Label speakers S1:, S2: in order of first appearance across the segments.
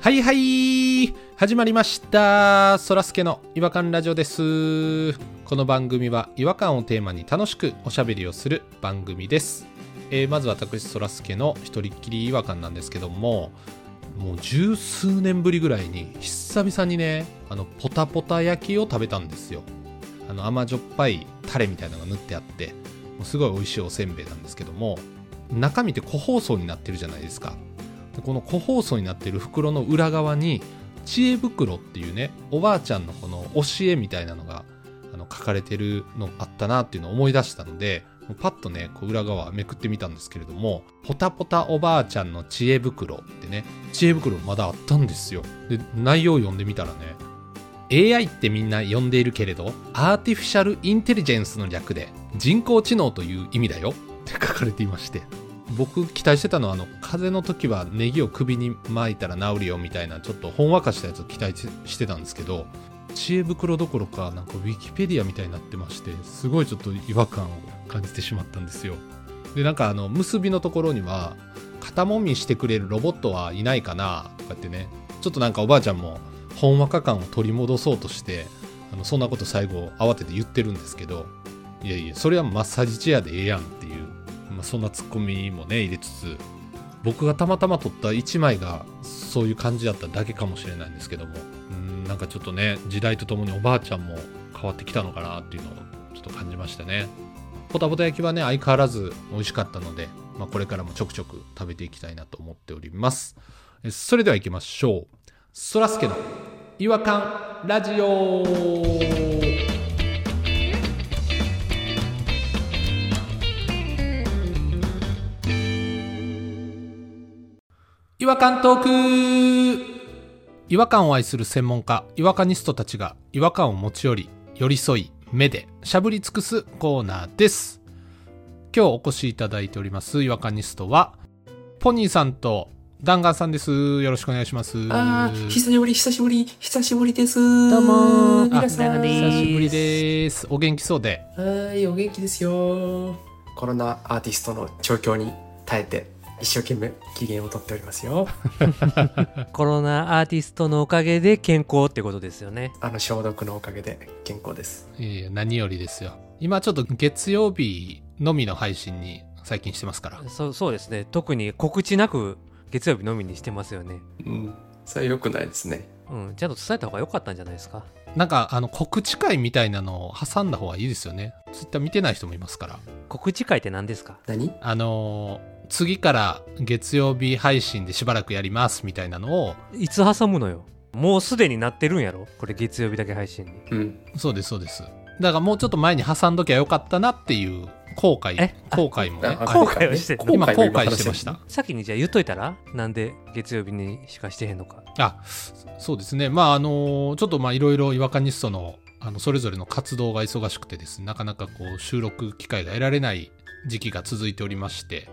S1: はいはい始まりましたそらすけの違和感ラジオですこの番組は違和感をテーマに楽しくおしゃべりをする番組です、えーまず私そらすけの一人っきり違和感なんですけどももう十数年ぶりぐらいに久々にねあのポタポタ焼きを食べたんですよあの甘じょっぱいタレみたいなのが塗ってあってもうすごい美味しいおせんべいなんですけども中身って個包装になってるじゃないですかでこの個包装になってる袋の裏側に知恵袋っていうねおばあちゃんのこの教えみたいなのがあの書かれてるのあったなっていうのを思い出したのでもうパッとねこう裏側めくってみたんですけれども「ポタポタおばあちゃんの知恵袋」ってね知恵袋まだあったんですよで内容を読んでみたらね AI ってみんな呼んでいるけれどアーティフィシャルインテリジェンスの略で人工知能という意味だよって書かれていまして僕期待してたのはあの風邪の時はネギを首に巻いたら治るよみたいなちょっとほんわかしたやつを期待ししてたんですけど知恵袋どころかなんかウィキペディアみたいになってましてすごいちょっと違和感を感じてしまったんですよでなんかあの結びのところには肩もみしてくれるロボットはいないかなとかってねちょっとなんかおばあちゃんもほんわか感を取り戻そうとしてあのそんなこと最後慌てて言ってるんですけどいやいやそれはマッサージチェアでええやんっていう、まあ、そんなツッコミもね入れつつ僕がたまたま撮った1枚がそういう感じだっただけかもしれないんですけどもうんなんかちょっとね時代とともにおばあちゃんも変わってきたのかなっていうのをちょっと感じましたねポタポタ焼きはね相変わらず美味しかったので、まあ、これからもちょくちょく食べていきたいなと思っておりますえそれでは行きましょうそらすけの違和感ラジオ違和感トーク違和感を愛する専門家違和感ニストたちが違和感を持ち寄り寄り添い目でしゃぶり尽くすコーナーです今日お越しいただいております違和感ニストはポニーさんとダンガンさんですよろしくお願いします
S2: あー、久しぶり、久しぶり、久しぶりです。
S3: どうもー
S2: 皆さ
S3: あ
S2: ん、
S3: 長です
S1: 久しぶりです。お元気そうで。
S2: はーい、お元気ですよ。
S3: コロナアーティストの状況に耐えて一生懸命機嫌を取っておりますよ
S4: コロナアーティストのおかげで健康ってことですよね。
S3: あの消毒のおかげで健康です
S1: いやいや何よりですよ。今ちょっと月曜日のみの配信に最近してますから。
S4: そうそうですね。特に告知なく月曜日のみにしてますよね。
S3: うんそれは良くないですね
S4: うん、ちゃんと伝えた方が良かったんじゃないですか。
S1: なんかあの告知会みたいなのを挟んだ方がいいですよね。ツイッター見てない人もいますから。
S4: 告知会って何ですか
S3: 何
S1: あのー次から月曜日配信でしばらくやりますみたいなのを、
S4: いつ挟むのよ。もうすでになってるんやろこれ月曜日だけ配信に。
S3: うん
S1: そうですそうです。だからもうちょっと前に挟んどきゃよかったなっていう後悔
S4: え、
S1: 後悔もね。
S3: あ
S4: 後悔をして
S3: 後悔
S1: 今
S3: も
S1: 後悔してまし
S3: 話
S1: た。
S4: 先にじゃあ言っといたらなんで月曜日にしかしてへんのか。
S1: あそうですね、まああのちょっとまあいろいろ違和感ニストのあのそれぞれの活動が忙しくてですねなかなかこう収録機会が得られない時期が続いておりまして、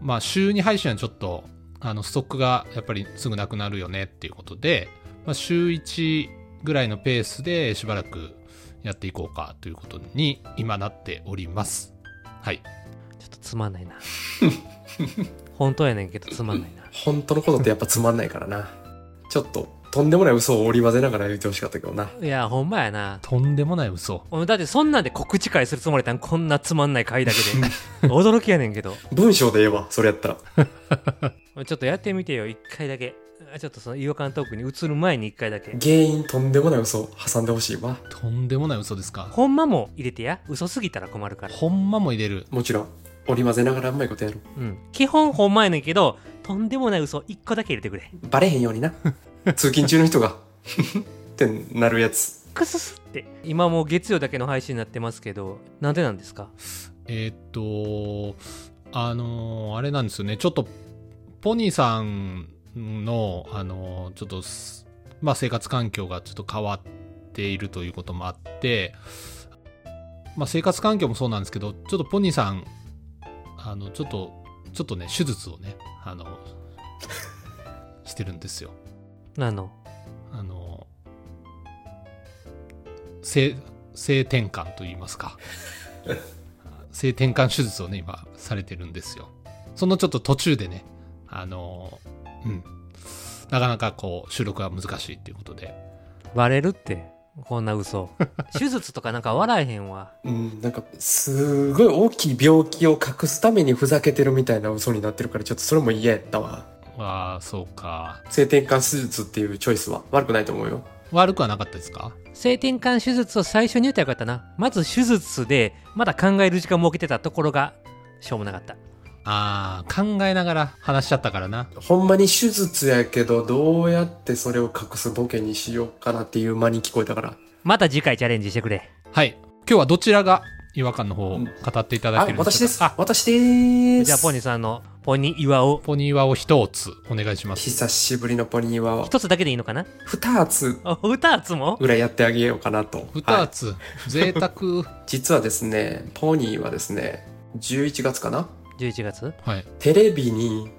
S1: まあ、週2配信はちょっとあのストックがやっぱりすぐなくなるよねっていうことで、まあ、週1ぐらいのペースでしばらくやっていこうかということに今なっております。はい、
S4: ちょっとつまんないな。本当やねんけどつまんないな。
S3: 本当のことってやっぱつまんないからなちょっととんでもない嘘を織り交ぜながら言ってほしかったけどない
S4: や、ほんまやな。
S1: とんでもない嘘
S4: お前だってそんなんで告知会するつもりだんこんなつまんない会だけで。驚きやねんけど。
S3: 文章でええわそれやったら
S4: ちょっとやってみてよ、一回だけ。あちょっとその違和感トークに移る前に一回だけ。
S3: 原因とんでもない嘘を挟んでほしいわ
S1: とんでもない嘘ですか
S4: ほんまも入れてや。嘘すぎたら困るから。
S1: ほんまも入れる
S3: もちろん織り交ぜながらうまいことやろ
S4: うん。基本ほんまやねんけど、とんでもない嘘一個だけ入れてくれ。
S3: うバレへんようにな通勤中の人が ってなるやつ
S4: クススって。今もう月曜だけの配信になってますけど、なんでなんですか
S1: えーっと、あのーあれなんですよね、ちょっと、ポニーさんの、あのーちょっとす、まあ、生活環境がちょっと変わっているということもあって、まあ、生活環境もそうなんですけど、ちょっとポニーさん、あの、ちょっと、ちょっとね、手術をね、あの、してるんですよ。
S4: あの、
S1: あの、性、性転換と言います か。性転換手術をね、今、されてるんですよ。そのちょっと途中でね、あの、うん。なかなかこう収録は難しいっていうことで
S4: バレるってこんな嘘手術とかなんか笑えへんわ
S3: うん、なんか、すごい大きい病気を隠すためにふざけてるみたいな嘘になってるから、ちょっとそれも嫌やったわ。
S1: ああそうか
S3: 性転換手術っていうチョイスは悪くないと思うよ。
S1: 悪くはなかったですか
S4: 性転換手術を最初に言うたらよかったなまず手術でまだ考える時間設けてたところがしょうもなかった
S1: ああ考えながら話しちゃったからな
S3: ほんまに手術やけど、どうやってそれを隠すボケにしようかなっていう間に聞こえたから。
S4: また次回チャレンジしてくれ
S1: はい今日はどちらが違和感の方を語っていただ
S3: あ
S1: け、るんで
S3: 私
S1: しょ
S3: で
S1: う
S3: す
S1: か。
S3: 私です。
S4: じゃあポニーさんのポニー岩を
S1: ポニーワを一つお願いします
S3: 久しぶりのポニーは、
S4: 一つだけでいいのかな
S3: 二つ
S4: あ二つも
S3: ぐらいやってあげようかなと。は
S1: 二
S3: い
S1: つ、贅沢
S3: 実はですね、ポニーはですね、11月かな
S4: 11月
S1: はい
S3: テレビに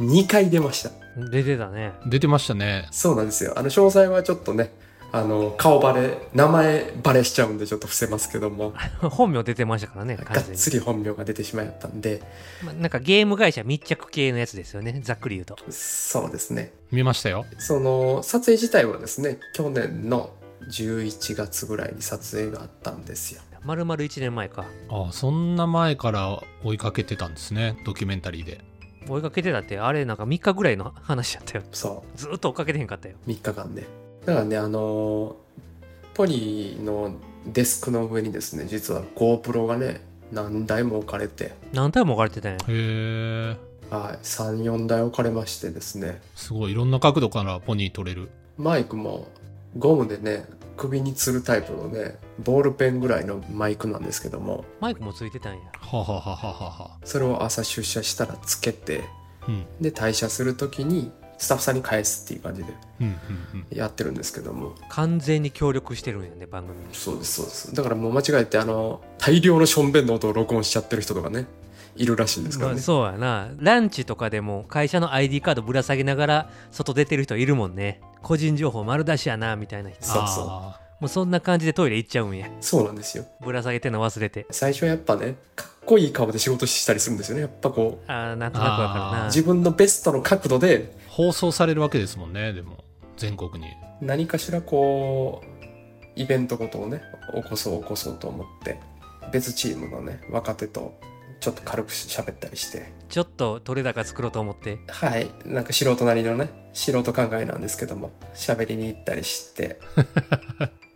S3: 2回出ました。
S4: 出てたね
S1: 出てましたね
S3: そうなんですよ。あの、詳細はちょっとね、あの、顔バレ、名前バレしちゃうんでちょっと伏せますけども、
S4: 本名出てましたからね
S3: が
S4: 完
S3: っ
S4: 全に
S3: つり本名が出てしまったんで、
S4: まなんかゲーム会社密着系のやつですよねざっくり言うと
S3: そうですね。
S1: 見ましたよ
S3: その、撮影自体はですね、去年の11月ぐらいに撮影があったんですよ。
S4: 丸々1年前か
S1: ああそんな前から追いかけてたんですねドキュメンタリーで
S4: 追いかけてたってあれなんか3日ぐらいの話だったよ
S3: そ
S4: ずっと追っかけてへんかったよ
S3: う、3日間ね。だからね、あの、ポリのデスクの上にですね、実は GoPro がね、何台も置かれて、
S4: 何回も置かれてたん
S1: へ
S4: や
S1: え
S3: はい、3、4台置かれましてですね、
S1: すごいいろんな角度からポニー取れる
S3: マイクもゴムでね首につるタイプのねボールペンぐらいのマイクなんですけども
S4: マイクもついてたんや
S1: はあはあはあはあはあ
S3: それを朝出社したらつけて
S1: うん
S3: で退社する時にスタッフさんに返すっていう感じで
S1: うんうんうん
S3: やってるんですけども
S4: 完全に協力してるんやね番組に
S3: そうですそうですだからもう間違えてあの大量のしょんべんの音を録音しちゃってる人とかねいるらしいんですか
S4: ま
S3: ら
S4: あ、
S3: ね、
S4: そうやなランチとかでも会社の ID カードぶら下げながら外出てる人いるもんね個人情報丸出しやなみたいな人
S3: そうそう
S1: あ
S4: もうそんな感じでトイレ行っちゃうんや
S3: そうなんですよ
S4: ぶら下げてんの忘れて
S3: 最初はやっぱねかっこいい顔で仕事したりするんですよねやっぱこう
S4: あーなんとなくわかる
S1: あ
S4: な
S3: 自分のベストの角度で
S1: ー放送されるわけですもんねでも全国に
S3: 何かしらこうイベントごとをね起こそう起こそうと思って別チームのね若手とちょっと軽く喋ったりして
S4: ちょっと取れ高作ろうと思って
S3: はいなんか素人なりのね素人考えなんですけども喋りに行ったりして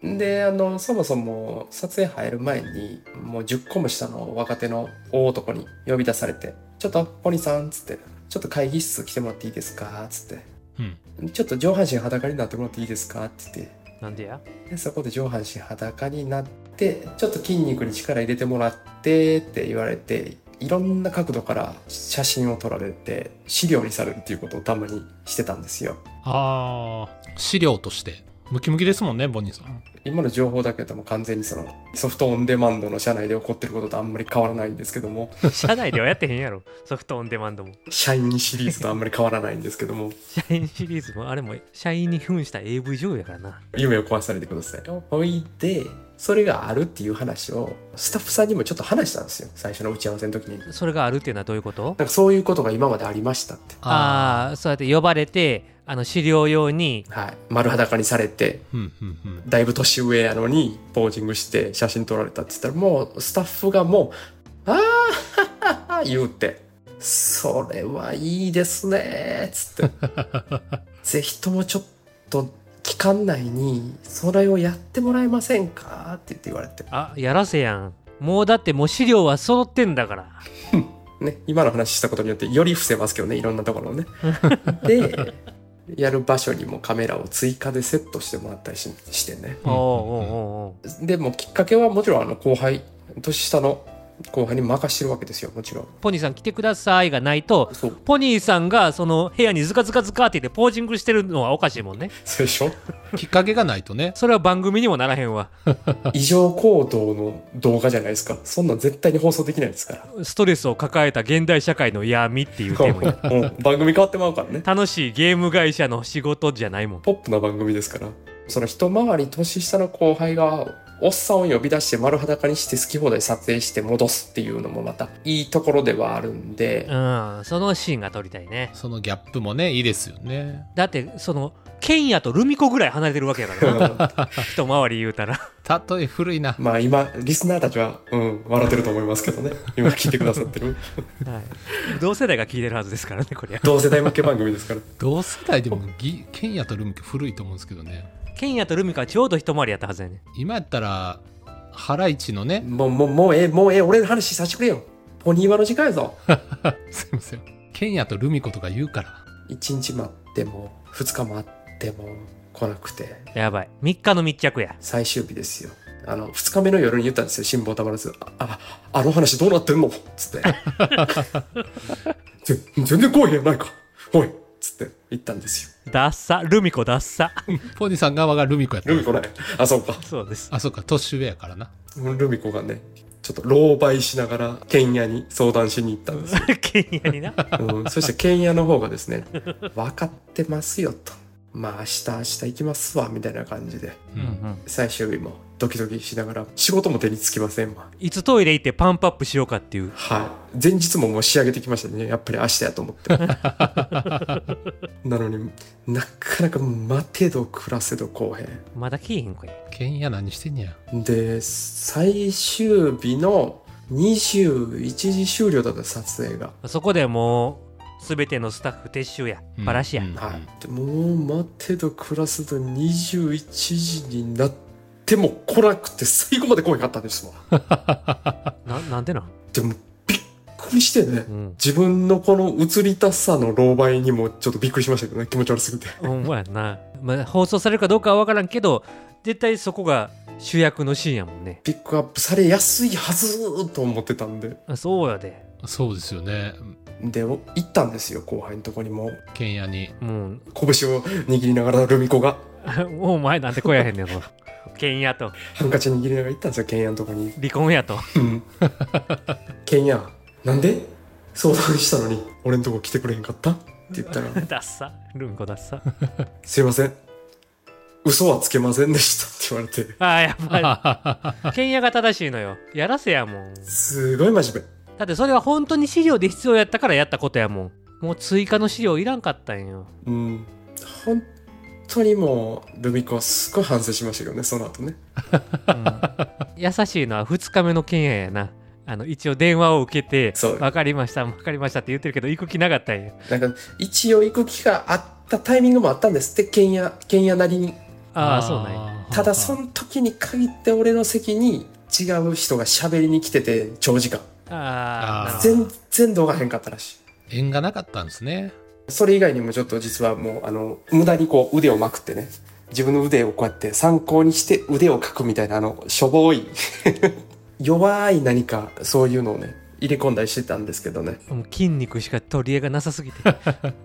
S3: であのそもそも撮影入る前にもう10個も下の若手の大男に呼び出されて「ちょっとポニーさん」っつって「ちょっと会議室来てもらっていいですか」っつっ
S1: うん
S3: て「ちょっと上半身裸になってもらっていいですか」っつって
S4: なんでや
S3: でそこで上半身裸になってちょっと筋肉に力入れてもらってって言われていろんな角度から写真を撮られて資料にされるっていうことをたまにしてたんですよ
S1: ああ資料としてムキムキですもんねボニーさん
S3: 今の情報だけでも完全にそのソフトオンデマンドの社内で起こってることとあんまり変わらないんですけども
S4: 社内ではやってへんやろ ソフトオンデマンドも
S3: 社員シリーズとあんまり変わらないんですけども
S4: 社員シリーズもあれも社員に扮した AV 女優やからな
S3: 夢を壊されてくださいよほいでそれがあるっていう話をスタッフさんにもちょっと話したんですよ最初の打ち合わせの時になん
S4: それがあるっていうのはどういうこと
S3: かそういうことが今までありましたって
S4: ああーそうやって呼ばれてあの資料用に
S3: はい、丸裸にされて
S1: あうんうんうん
S3: だいぶ年上やのにポージングして写真撮られたって言ったらもうスタッフがもう「ああ言うて「それはいいですね」つって「ぜひともちょっと期間内にそれをやってもらえませんか?」って言って言われて
S4: あやらせやんもうだってもう資料は揃ってんだから
S3: ね、今の話したことによってより伏せますけどねいろんなところをねでやる場所にもカメラを追加でセットしてもらったりししてね
S1: うん
S4: おうおうおうおう
S3: でもきっかけはもちろんあの後輩年下の後輩に任してるわけですよもちろん
S4: ポニーさん来てくださいがないと
S3: そう
S4: ポニーさんがその部屋にズカズカズカって言ってポージングしてるのはおかしいもんね
S3: そうでしょ
S1: きっかけがないとね
S4: それは番組にもならへんわ
S3: 異常行動の動画じゃないですかそんなん絶対に放送できないですから
S4: ストレスを抱えた現代社会の闇っていうテーマに
S3: うん番組変わってまうからね
S4: 楽しいゲーム会社の仕事じゃないもん
S3: ポップな番組ですからその一回り年下の後輩がおっさんを呼び出して丸裸にして好き放題撮影して戻すっていうのもまたいいところではあるんで、
S4: うんそのシーンが撮りたいね
S1: そのギャップもねいいですよね
S4: だってそのケンヤとルミ子ぐらい離れてるわけやからな 一回り言うたら
S1: たとえ古いな
S3: まあ今、リスナーたちは、うん、笑ってると思いますけどね。今聞いてくださってる。
S4: はい同世代が聞いてるはずですからねこりゃ
S3: 同世代向け番組ですから。
S1: 同世代でもぎケンヤとルミ子古いと思うんですけどね
S4: ケンヤとルミ子はちょうど一回りやったはずやね
S1: 今やったらハライチのね
S3: もう、もう、もうええ、もうええ、俺の話させてくれよ。ポニーワの時間やぞ。
S1: すいませんケンヤとルミ子とか言うから
S3: 一日待っても、二日待っても来なくて、
S4: やばい3日の密着や
S3: 最終日ですよ。あの、二日目の夜に言ったんですよ、辛抱たまらず。あ、ああの話どうなってんのつって。 ぜ全然怖いやないか。おいつって言ったんですよ。
S4: ダッサルミ子ダッサ
S1: ポニーさん側がルミ子やった
S3: ルミ子ね。あ、そうか。
S4: そうです
S1: あそうか年上やからな
S3: ルミ子がね、ちょっと狼狽しながら、剣屋に相談しに行ったんですよ。
S4: ケンヤにな
S3: うん、そして剣屋の方がですね、分かってますよと。まあ明日明日行きますわ、みたいな感じで。
S1: うん
S3: 最終日もドキドキしながら、仕事も手につきませんわ。
S4: いつトイレ行ってパンプアップしようかっていう
S3: はい。前日ももう仕上げてきましたね。やっぱり明日やと思って。 なのになかなか待てど暮らせど後編。
S4: まだ消えへんこれ
S1: ケンヤ何してんねや
S3: で、最終日の21時終了だった撮影が。
S4: そこでもう全てのスタッフ撤収や
S1: うん
S4: バラシや、
S1: うん
S3: はい、でもう待てど暮らせど21時になっても来なくて最後まで来なかったんですわ
S4: ななんでなん、
S3: でもびっくりしてね
S4: うん、
S3: 自分のこの移りたさの狼狽にもちょっとびっくりしましたけどね気持ち悪すぎて
S4: ほんまやな、 まあ、放送されるかどうかは分からんけど絶対そこが主役のシーンやもんね
S3: ピックアップされやすいはずと思ってたんで
S4: あそうやで
S1: そうですよね
S3: でお行ったんですよ後輩のとこにも
S1: ケンヤに
S4: もう
S3: 拳を握りながらルミ子が
S4: あもうお前なんて来やへんね んぞけんやと
S3: ハンカチ握りながら行ったんですよケンヤのとこに
S4: 離婚やと
S3: うん。ケンヤ、なんで相談したのに俺んとこ来てくれへんかったって言ったら、
S4: ダッサルンコダッサ
S3: すいません。嘘はつけませんでしたって言われて、
S4: あーや ばいけんやが正しいのよやらせやもん
S3: すごい真面
S4: だってそれは本当に資料で必要やったからやったことやもんもう追加の資料いらんかったんよ
S3: 目。うん。本当にもう、ルミ子はすごい反省しましたけどね、その後ね。
S4: 優しいのは2日目の件ややなあの一応電話を受けて
S3: そう
S4: 「分かりました分かりました」って言ってるけど行く気なかったんや
S3: なんか、一応行く気があったタイミングもあったんですって、ケンヤ、ケンヤなりに。
S4: ああそうなんや
S1: あー
S3: ただ、その時に限って俺の席に違う人が喋りに来てて、長時間。
S4: あ
S1: あー
S4: ー
S3: 全然動画へんかったらしい。
S1: 縁がなかったんですね
S3: それ以外にもちょっと実はもう、あの、無駄にこう腕をまくってね、自分の腕をこうやって参考にして腕をかくみたいな、あの、しょぼい、 弱い何か、そういうのをね、入れ込んだりしてたんですけどね、
S4: もう筋肉しか取り柄がなさすぎて、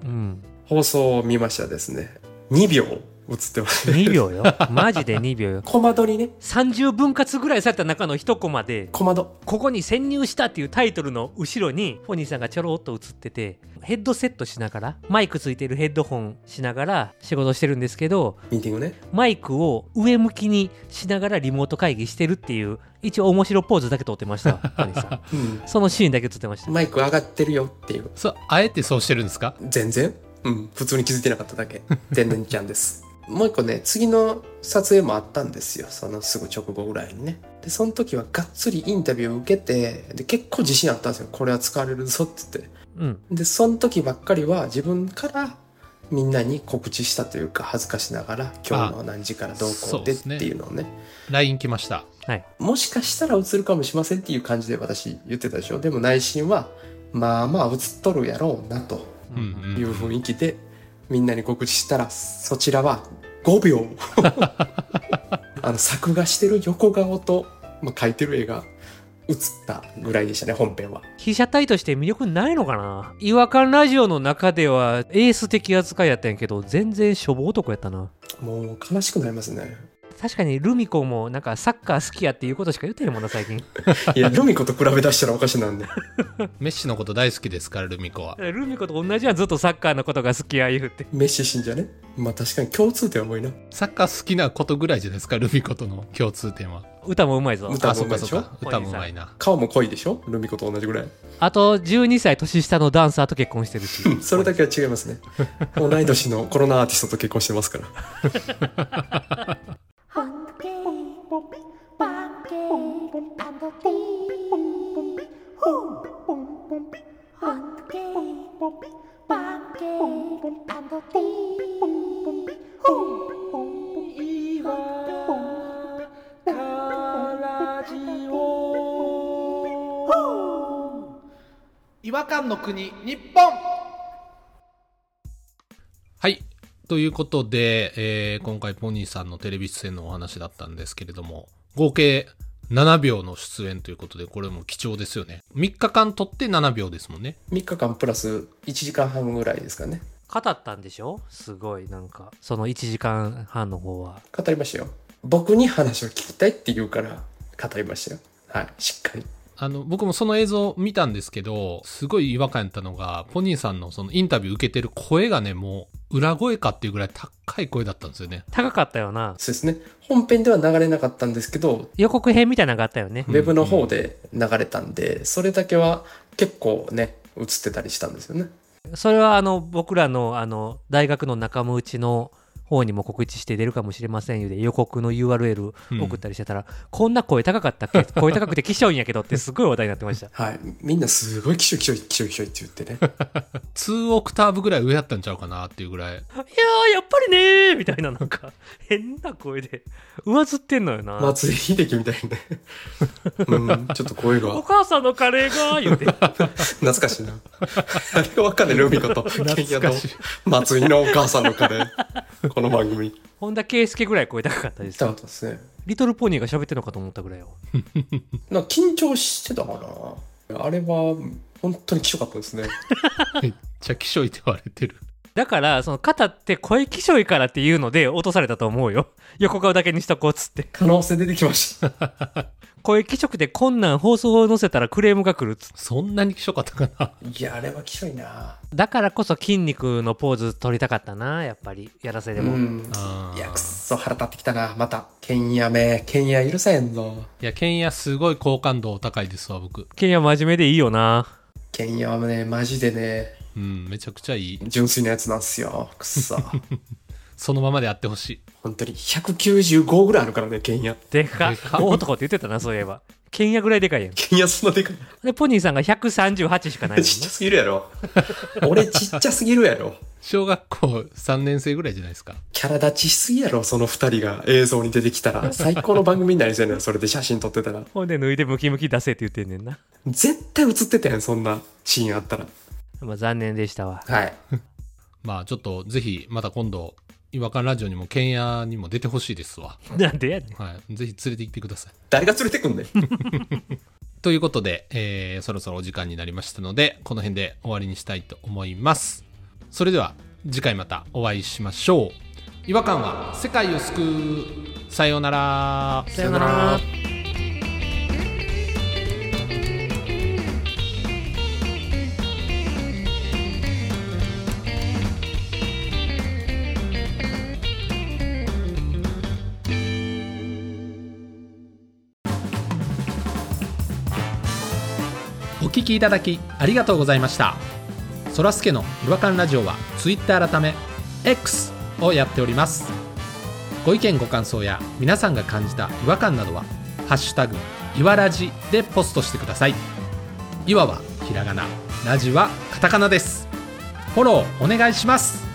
S4: うん、
S3: 放送を見ましたらですね、2秒映ってます。
S4: 2秒よマジで2秒よ
S3: コマ撮りね、
S4: 30分割ぐらいされた中の1コマで
S3: コマ撮。
S4: 「ここに潜入した」っていうタイトルの後ろにフォニーさんがちょろっと映っててヘッドセットしながらマイクついてるヘッドホンしながら仕事してるんですけど
S3: ミーティングね。
S4: マイクを上向きにしながらリモート会議してるっていう一応面白ポーズだけ撮ってま したわ小西さん
S3: うん。
S4: そのシーンだけ撮ってました
S3: マイク上がってるよっていう。
S1: そうあえてそうしてるんですか
S3: 全然うん。普通に気づいてなかっただけ。 天然ちゃんです。もう一個ね、次の撮影もあったんですよ。そのすぐ直後ぐらいにね。で、その時はがっつりインタビューを受けて、で、結構自信あったんですよ。これは使われるぞって言って。
S4: うん
S3: で、その時ばっかりは自分からみんなに告知したというか、恥ずかしながら、今日の何時からどう
S1: そ
S3: こ
S1: う
S3: う
S1: で
S3: です
S1: ね
S3: っていうのをね。
S1: LINE 来ました
S4: はい
S3: もしかしたら映るかもしませんっていう感じで私言ってたでしょ。でも内心は、まあまあ映っとるやろうなと。
S1: うんうん
S3: いう雰囲気でみんなに告知したらそちらは5秒 あの作画してる横顔と、まあ、描いてる絵が映ったぐらいでしたね本編は
S4: 被写体として魅力ないのかな違和感ラジオの中ではエース的扱いやったんやけど全然しょぼ男やったな
S3: もう悲しくなりますね
S4: 確かにルミ子もなんかサッカー好きやっていうことしか言ってへんもんな最近
S3: いやルミ子と比べ出したらおかしなんで
S1: メッシのこと大好きですからルミ子は
S4: ルミ子と同じやんずっとサッカーのことが好きや言うて
S3: メッシ信者ねまあ確かに共通点は多いな。
S1: サッカー好きなことぐらいじゃないですかルミコとの共通点は
S4: 歌もうまいぞ
S3: 歌
S1: あ
S3: も
S1: そうう
S3: ま
S1: か
S3: いで
S1: そう
S3: しょ
S1: か歌もうまいな
S3: 顔も濃いでしょルミ子と同じぐらい。
S4: あと12歳年下のダンサーと結婚してるし
S3: それだけは違 いますね。同い年のコロナアーティストと結婚してますから。
S5: Hunky,
S1: 違和感の国日本はいということで、えー今回ポニーさんのテレビ出演のお話だったんですけれども合計7秒の出演ということでこれも貴重ですよね3日間撮って7秒ですもんね
S3: 3日間プラス1時間半ぐらいですかね。
S4: 語ったんでしょすごいなんかその1時間半の方は
S3: 語りましたよ。僕に話を聞きたいって言うから語りましたよ。はい、しっかり。
S1: あの僕もその映像見たんですけどすごい違和感やったのがポニーさんのそのインタビュー受けてる声がねもう裏声かっていうぐらい高い声だったんですよね
S4: 高かったよな
S3: そうですね。本編では流れなかったんですけど、
S4: 予告編みたいなのがあったよね
S3: ウェブの方で流れたんで、それだけは結構ね、映ってたりしたんですよね。
S4: それはあの僕らのあの大学の仲間内の方にも告知して出るかもしれませんよで予告の URL
S1: うん
S4: 送ったりしてたら、こんな声高かった っけ声高くて気象んやけどってすごい話題になってました
S3: はい。みんなすごいキショキショキショキショって言って ね。
S1: 2オクターブぐらい上やったんちゃうかなっていうぐらい
S4: いやーやっぱりねーみたいななんか 変な声で上ずってんのよな、
S3: 松井秀喜みたいにね。うん、ちょっと声が
S4: お母さんのカレーが ー言うて
S3: 懐かしいな。あれがわかるルミ子と、ケンヤ
S1: 懐
S3: と
S1: かしい、
S3: 松井のお母さんのカレー。この番組。
S4: 本田圭佑ぐらい声高かったです
S3: たか
S4: よ
S3: ったですね。
S4: リトルポニーが喋ってんのかと思ったぐらいよ
S3: なんか緊張してたかな。あれは、本当にきしょかったですね。
S1: めっちゃ気象いて言われてる
S4: だからその肩って声気象いからっていうので落とされたと思うよ 横顔だけにしとこうっつって
S3: 可能性出てきました。
S4: 声気色でこんなん放送を載せたらクレームが来るっつ
S1: そんなに気象かったかない
S3: や、あれはきしょいな。
S4: だからこそ筋肉のポーズ取りたかったなやっぱりやらせで
S3: う
S4: も、
S3: ん。
S1: あー
S3: いや、くっそ腹立ってきたな。また。ケンヤめ。ケンヤ許せんぞ。
S1: いやケンヤすごい好感度高いですわ僕
S4: ケンヤ真面目でいいよな
S3: ケンヤはね、マジでね、
S1: うんめちゃくちゃいい
S3: 純粋なやつなんすよ。くっ そ。
S1: そのままであってほしい
S3: 本当に195ぐらいあるからね、ケンヤ。
S4: でか
S1: でか
S4: 大男って言ってたなそういえばケンヤぐらいでかいやん
S3: ケンヤそんなでかい。
S4: で ポニーさんが138しか ないもん
S3: ちっちゃ
S4: ね
S3: すぎるや ろ。俺ちっちゃすぎるやろ。
S1: 小学校3年生ぐらいじゃないですか
S3: キャラ立ちしすぎやろ、その二人が映像に出てきたら。 最高の番組になりそうやねんそれで写真撮ってたら。
S4: ほんで脱いでムキムキ出せって言ってんねんな、
S3: 絶対映ってたやん、そんなシーンあったら。
S4: まあ、残念でしたわ
S3: はい。
S1: まあちょっとぜひまた今度違和感ラジオにもケンヤにも出てほしいですわ
S4: なんでやねん
S1: はいぜひ連れて行ってください
S3: 誰が連れてくんねん。
S1: ということで、えーそろそろお時間になりましたので、この辺で終わりにしたいと思います。それでは次回またお会いしましょう。違和感は世界を救う。さようなら。
S4: さよなら
S1: お聞きいただきありがとうございましたそらすけの違和感ラジオは Twitter 改め X をやっておりますご意見ご感想や皆さんが感じた違和感などは「ハッシュタグいわらじ」でポストしてくださいいわはひらがなラジはカタカナですフォローお願いします